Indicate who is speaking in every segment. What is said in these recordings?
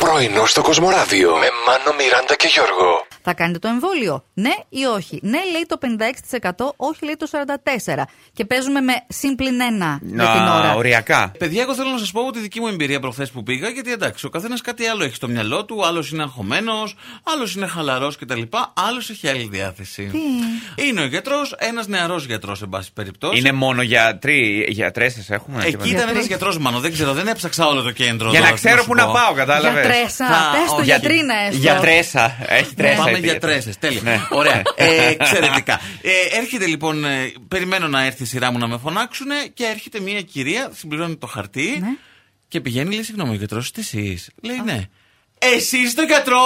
Speaker 1: Πρωινό στο Κοσμοράδιο με Μάνο, Μιράντα και Γιώργο.
Speaker 2: Θα κάνετε το εμβόλιο, ναι ή όχι. Ναι, λέει το 56%, όχι, λέει το 44%. Και παίζουμε με σύμπλην ένα για την ώρα.
Speaker 3: οριακά.
Speaker 4: Παιδιά, εγώ θέλω να σας πω ότι δική μου εμπειρία προχθές που πήγα, γιατί εντάξει, ο καθένας κάτι άλλο έχει στο μυαλό του, άλλος είναι αγχωμένος, άλλος είναι χαλαρός κτλ. Άλλος έχει άλλη διάθεση. Είναι ο γιατρός, ένας νεαρός γιατρός, εν πάση περιπτώσει.
Speaker 3: Είναι μόνο γιατροί, γιατρές σας έχουμε.
Speaker 4: Εκεί
Speaker 3: τίποτα.
Speaker 4: ήταν
Speaker 2: Γιατροί.
Speaker 4: ένας γιατρός, μάλλον δεν ξέρω, δεν έψαξα όλο το κέντρο.
Speaker 3: Για
Speaker 4: τώρα,
Speaker 3: να
Speaker 4: τι
Speaker 3: ξέρω
Speaker 4: σου
Speaker 3: πού να
Speaker 4: πω.
Speaker 3: πάω, κατάλαβες.
Speaker 2: Για τρέσα,
Speaker 4: Θα-
Speaker 2: πες το
Speaker 4: όχι,
Speaker 2: γιατρίνα έστω.
Speaker 3: Για τρέσα. Έχει τρέσα.
Speaker 4: Πάμε
Speaker 3: είπε,
Speaker 4: για
Speaker 3: γιατρέ.
Speaker 4: τρέσες. Τέλεια.
Speaker 3: Ναι.
Speaker 4: Ωραία. Ε, εξαιρετικά. Ε, έρχεται λοιπόν, ε, περιμένω να έρθει η σειρά μου να με φωνάξουν και έρχεται μια κυρία, συμπληρώνει το χαρτί
Speaker 2: Ναι.
Speaker 4: και πηγαίνει, λέει: Συγγνώμη, ο γιατρός είστε εσείς. Λέει: Ναι. Εσύ είστε ο γιατρός!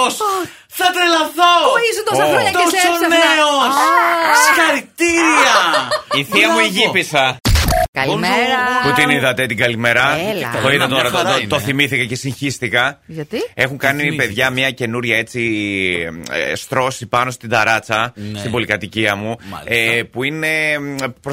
Speaker 4: Θα τρελαθώ!
Speaker 2: Πού ήσουν τόσα
Speaker 3: Ω.
Speaker 2: χρόνια και σε
Speaker 4: Τόσο
Speaker 2: έψαχνα.
Speaker 4: νέος! Συγχαρητήρια!
Speaker 3: Η θεία μου η
Speaker 4: Μπράβο.
Speaker 3: γύπησα.
Speaker 2: Καλημέρα.
Speaker 3: Που την είδατε την καλημερά.
Speaker 2: Έλα.
Speaker 3: Το είδα τώρα,
Speaker 4: Μια
Speaker 3: το,
Speaker 4: χαρά
Speaker 3: το,
Speaker 4: είναι.
Speaker 3: το θυμήθηκα και συγχύστηκα.
Speaker 2: Γιατί?
Speaker 3: Έχουν κάνει
Speaker 4: θυμήθηκες.
Speaker 3: παιδιά μια καινούρια έτσι ε, στρώση πάνω στην ταράτσα,
Speaker 4: Ναι.
Speaker 3: στην πολυκατοικία μου,
Speaker 4: Μάλιστα.
Speaker 3: ε, που είναι ε,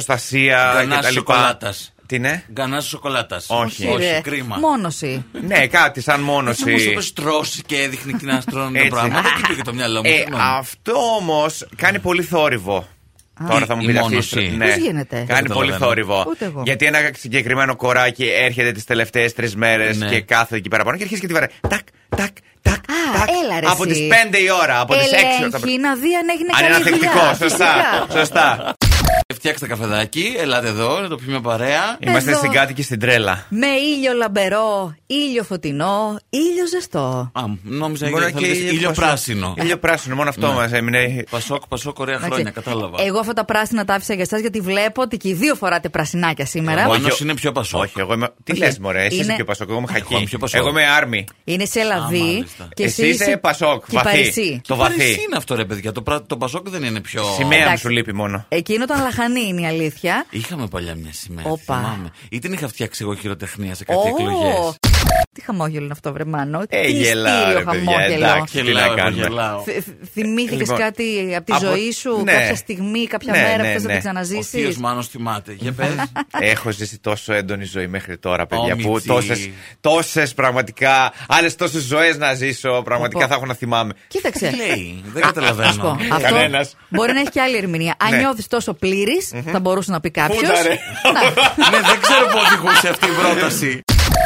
Speaker 3: προστασία
Speaker 4: Γκανά
Speaker 3: κτλ.
Speaker 4: σοκολάτας.
Speaker 3: Τι ναι? είναι?
Speaker 4: Γκανάς σοκολάτας.
Speaker 3: Όχι.
Speaker 4: Όχι,
Speaker 2: Ρε,
Speaker 4: κρίμα.
Speaker 2: Μόνωση.
Speaker 3: ναι, κάτι σαν
Speaker 4: Έτσι μου
Speaker 3: μόνωση.
Speaker 4: είπε τρώσει και έδειχνε την αστρώνει
Speaker 3: Έτσι.
Speaker 4: το πράγμα. Δεν πήγε το μυαλό μου.
Speaker 3: Ε,
Speaker 4: συγγνώμη.
Speaker 3: αυτό όμως κάνει πολύ θόρυβο. Τώρα θα μου
Speaker 4: Η
Speaker 3: πείτε αυτή η
Speaker 4: μόνωση.
Speaker 3: στρο-
Speaker 4: Πώς
Speaker 2: γίνεται? Δεν
Speaker 3: Κάνει πολύ
Speaker 4: καταλαβαίνω.
Speaker 3: θόρυβο.
Speaker 2: Ούτε εγώ.
Speaker 3: Γιατί ένα συγκεκριμένο κοράκι έρχεται τις τελευταίες τρεις μέρες
Speaker 4: Ναι.
Speaker 3: και κάθεται εκεί πέρα πάνω και αρχίζει και τη βαράει. Τάκ, τάκ, τάκ.
Speaker 2: Α,
Speaker 3: τάκ.
Speaker 2: έλα ρε
Speaker 3: από
Speaker 2: εσύ.
Speaker 3: τις 5 η ώρα, από τις 6 η ώρα.
Speaker 2: Ελέγχει να δει αν έγινε
Speaker 3: Αν είναι
Speaker 2: καλή δουλειά.
Speaker 3: ανθεκτικό, σωστά.
Speaker 2: Φυσικά.
Speaker 3: σωστά.
Speaker 4: Φτιάξτε καφεδάκι, ελάτε εδώ, να το πιούμε παρέα.
Speaker 3: Είμαστε
Speaker 2: Εδώ.
Speaker 3: στην κάτι και στην τρέλα.
Speaker 2: Με ήλιο λαμπερό, ήλιο φωτεινό, ήλιο ζεστό.
Speaker 4: Α, νόμιζα
Speaker 3: Μπορεί
Speaker 4: ότι θα
Speaker 3: και
Speaker 4: λες ήλιο
Speaker 3: πασό-
Speaker 4: πράσινο.
Speaker 3: Ε, Ήλιο πράσινο, μόνο αυτό
Speaker 4: Ναι.
Speaker 3: μας έμεινε.
Speaker 4: Πασόκ, πασόκ, ωραία χρόνια,
Speaker 2: Εντάξει.
Speaker 4: κατάλαβα.
Speaker 2: Εγώ αυτά τα πράσινα τα άφησα για εσάς γιατί βλέπω ότι και οι δύο φοράτε πρασινάκια σήμερα.
Speaker 4: Εγώ- Ο
Speaker 3: Όχι,
Speaker 4: Άνος
Speaker 3: ο-
Speaker 4: είναι πιο Πασόκ.
Speaker 3: Όχι, εγώ είμαι. Τι
Speaker 2: Όχι.
Speaker 3: λες, Μωρέ, εσύ είσαι
Speaker 2: Είναι-
Speaker 3: πιο Πασόκ. Εγώ είμαι
Speaker 4: Εγώ είμαι
Speaker 3: χακί.
Speaker 4: πιο Πασόκ.
Speaker 3: Εγώ είμαι άρμη.
Speaker 2: Είναι σε
Speaker 4: Α,
Speaker 2: λαβή
Speaker 4: μάλιστα.
Speaker 2: και εσύ,
Speaker 3: Εσύ είσαι Πασόκ,
Speaker 2: και
Speaker 3: βαθύ.
Speaker 2: Παρισί.
Speaker 3: Το
Speaker 4: Τι βαρύς
Speaker 3: βαθύ.
Speaker 4: είναι αυτό, ρε παιδιά. Το, πρά- το Πασόκ δεν είναι πιο.
Speaker 3: Σημαία μου
Speaker 2: Εντάξει.
Speaker 3: σου λείπει μόνο.
Speaker 2: Εκείνο ήταν λαχανή είναι η αλήθεια.
Speaker 4: Είχαμε παλιά μια σημαία.
Speaker 2: Όπα.
Speaker 4: Θυμάμαι. Ή την είχα φτιάξει εγώ χειροτεχνία σε κάτι
Speaker 2: Ω,
Speaker 4: εκλογές.
Speaker 2: Τι χαμόγελο είναι αυτό, βρε Μάνο.
Speaker 3: Ε,
Speaker 2: Τι
Speaker 3: γελάω,
Speaker 2: μυστήριο
Speaker 3: ρε παιδιά.
Speaker 2: χαμόγελο.
Speaker 3: Εντάξει, τι να κάνουμε.
Speaker 4: γελάω.
Speaker 2: Θυμήθηκε
Speaker 3: Λοιπόν,
Speaker 2: κάτι από τη
Speaker 3: από-
Speaker 2: ζωή σου,
Speaker 3: ναι.
Speaker 2: κάποια στιγμή, κάποια
Speaker 3: Ναι,
Speaker 2: μέρα
Speaker 3: ναι,
Speaker 2: που θες να
Speaker 3: ναι.
Speaker 2: την
Speaker 4: Ο θείος
Speaker 2: ξαναζήσει.
Speaker 4: Μάνος θυμάται. Για πες.
Speaker 3: Έχω ζήσει τόσο έντονη ζωή μέχρι τώρα, παιδιά. Που
Speaker 4: Μιτζή.
Speaker 3: τόσες, τόσες πραγματικά, άλλες τόσες ζωές να ζήσω. Πραγματικά
Speaker 2: Οπό.
Speaker 3: θα έχω να θυμάμαι.
Speaker 2: Κοίταξε.
Speaker 4: Τι λέει, δεν
Speaker 2: Ας πω,
Speaker 4: καταλαβαίνω.
Speaker 2: αυτό
Speaker 3: Ε, Κανένας.
Speaker 2: μπορεί να έχει και άλλη ερμηνεία. Αν
Speaker 3: Ναι.
Speaker 2: νιώθεις τόσο πλήρης, θα μπορούσε να πει κάποιο.
Speaker 3: Πούντα, ρε.
Speaker 4: Ναι, δεν ξέρω πού οδηγούσε αυτή η πρόταση.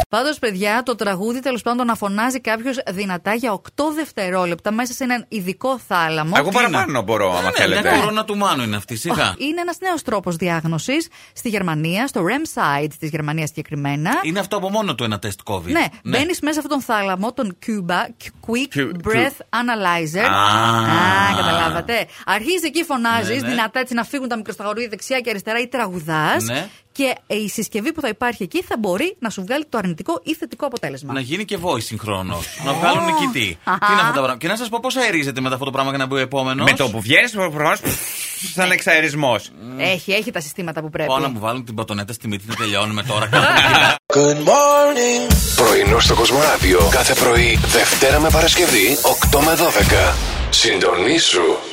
Speaker 2: Πάντως, παιδιά, το τραγούδι τέλος πάντων να φωνάζει κάποιος δυνατά για 8 δευτερόλεπτα μέσα σε έναν ειδικό θάλαμο.
Speaker 3: Εγώ παραπάνω μπορώ, άμα
Speaker 4: Ναι, μια
Speaker 3: θέλετε.
Speaker 4: κορώνα του Μάνου είναι αυτή, σιγά.
Speaker 2: Είναι ένας νέος τρόπος διάγνωσης στη Γερμανία, στο REM site της Γερμανίας συγκεκριμένα.
Speaker 4: Είναι αυτό από μόνο του ένα τεστ COVID.
Speaker 2: Ναι, μπαίνεις μέσα σε αυτόν τον θάλαμο, τον Cuba Quick
Speaker 3: Cu-
Speaker 2: Breath Analyzer. Α, καταλάβατε. Αρχίζει εκεί, φωνάζεις,
Speaker 4: Ναι, ναι.
Speaker 2: δυνατά έτσι να φύγουν τα μικροσταγορίδια δεξιά και αριστερά ή τραγουδάς.
Speaker 4: Ναι.
Speaker 2: Και η συσκευή που θα υπάρχει εκεί θα μπορεί να σου βγάλει το αρνητικό ή θετικό αποτέλεσμα.
Speaker 4: Να γίνει και voice συγχρόνως. να βγάλουν νικητή. Τι είναι αυτά τα πράγματα. Και να σας πω πώς αερίζεται μετά αυτό το πράγμα για να μπει ο επόμενος.
Speaker 3: Με το που βγαίνει, προφανώ.
Speaker 4: Ναι.
Speaker 3: Σαν εξαερισμός.
Speaker 2: Έχει, έχει τα συστήματα που πρέπει.
Speaker 4: Πάω να μου βάλουν την πατονέτα στη μύτη να τελειώνουμε τώρα.
Speaker 1: Πρωινό στο Κοσμοράδιο κάθε πρωί, Δευτέρα με Παρασκευή, 8 με 12. Συντονίσου.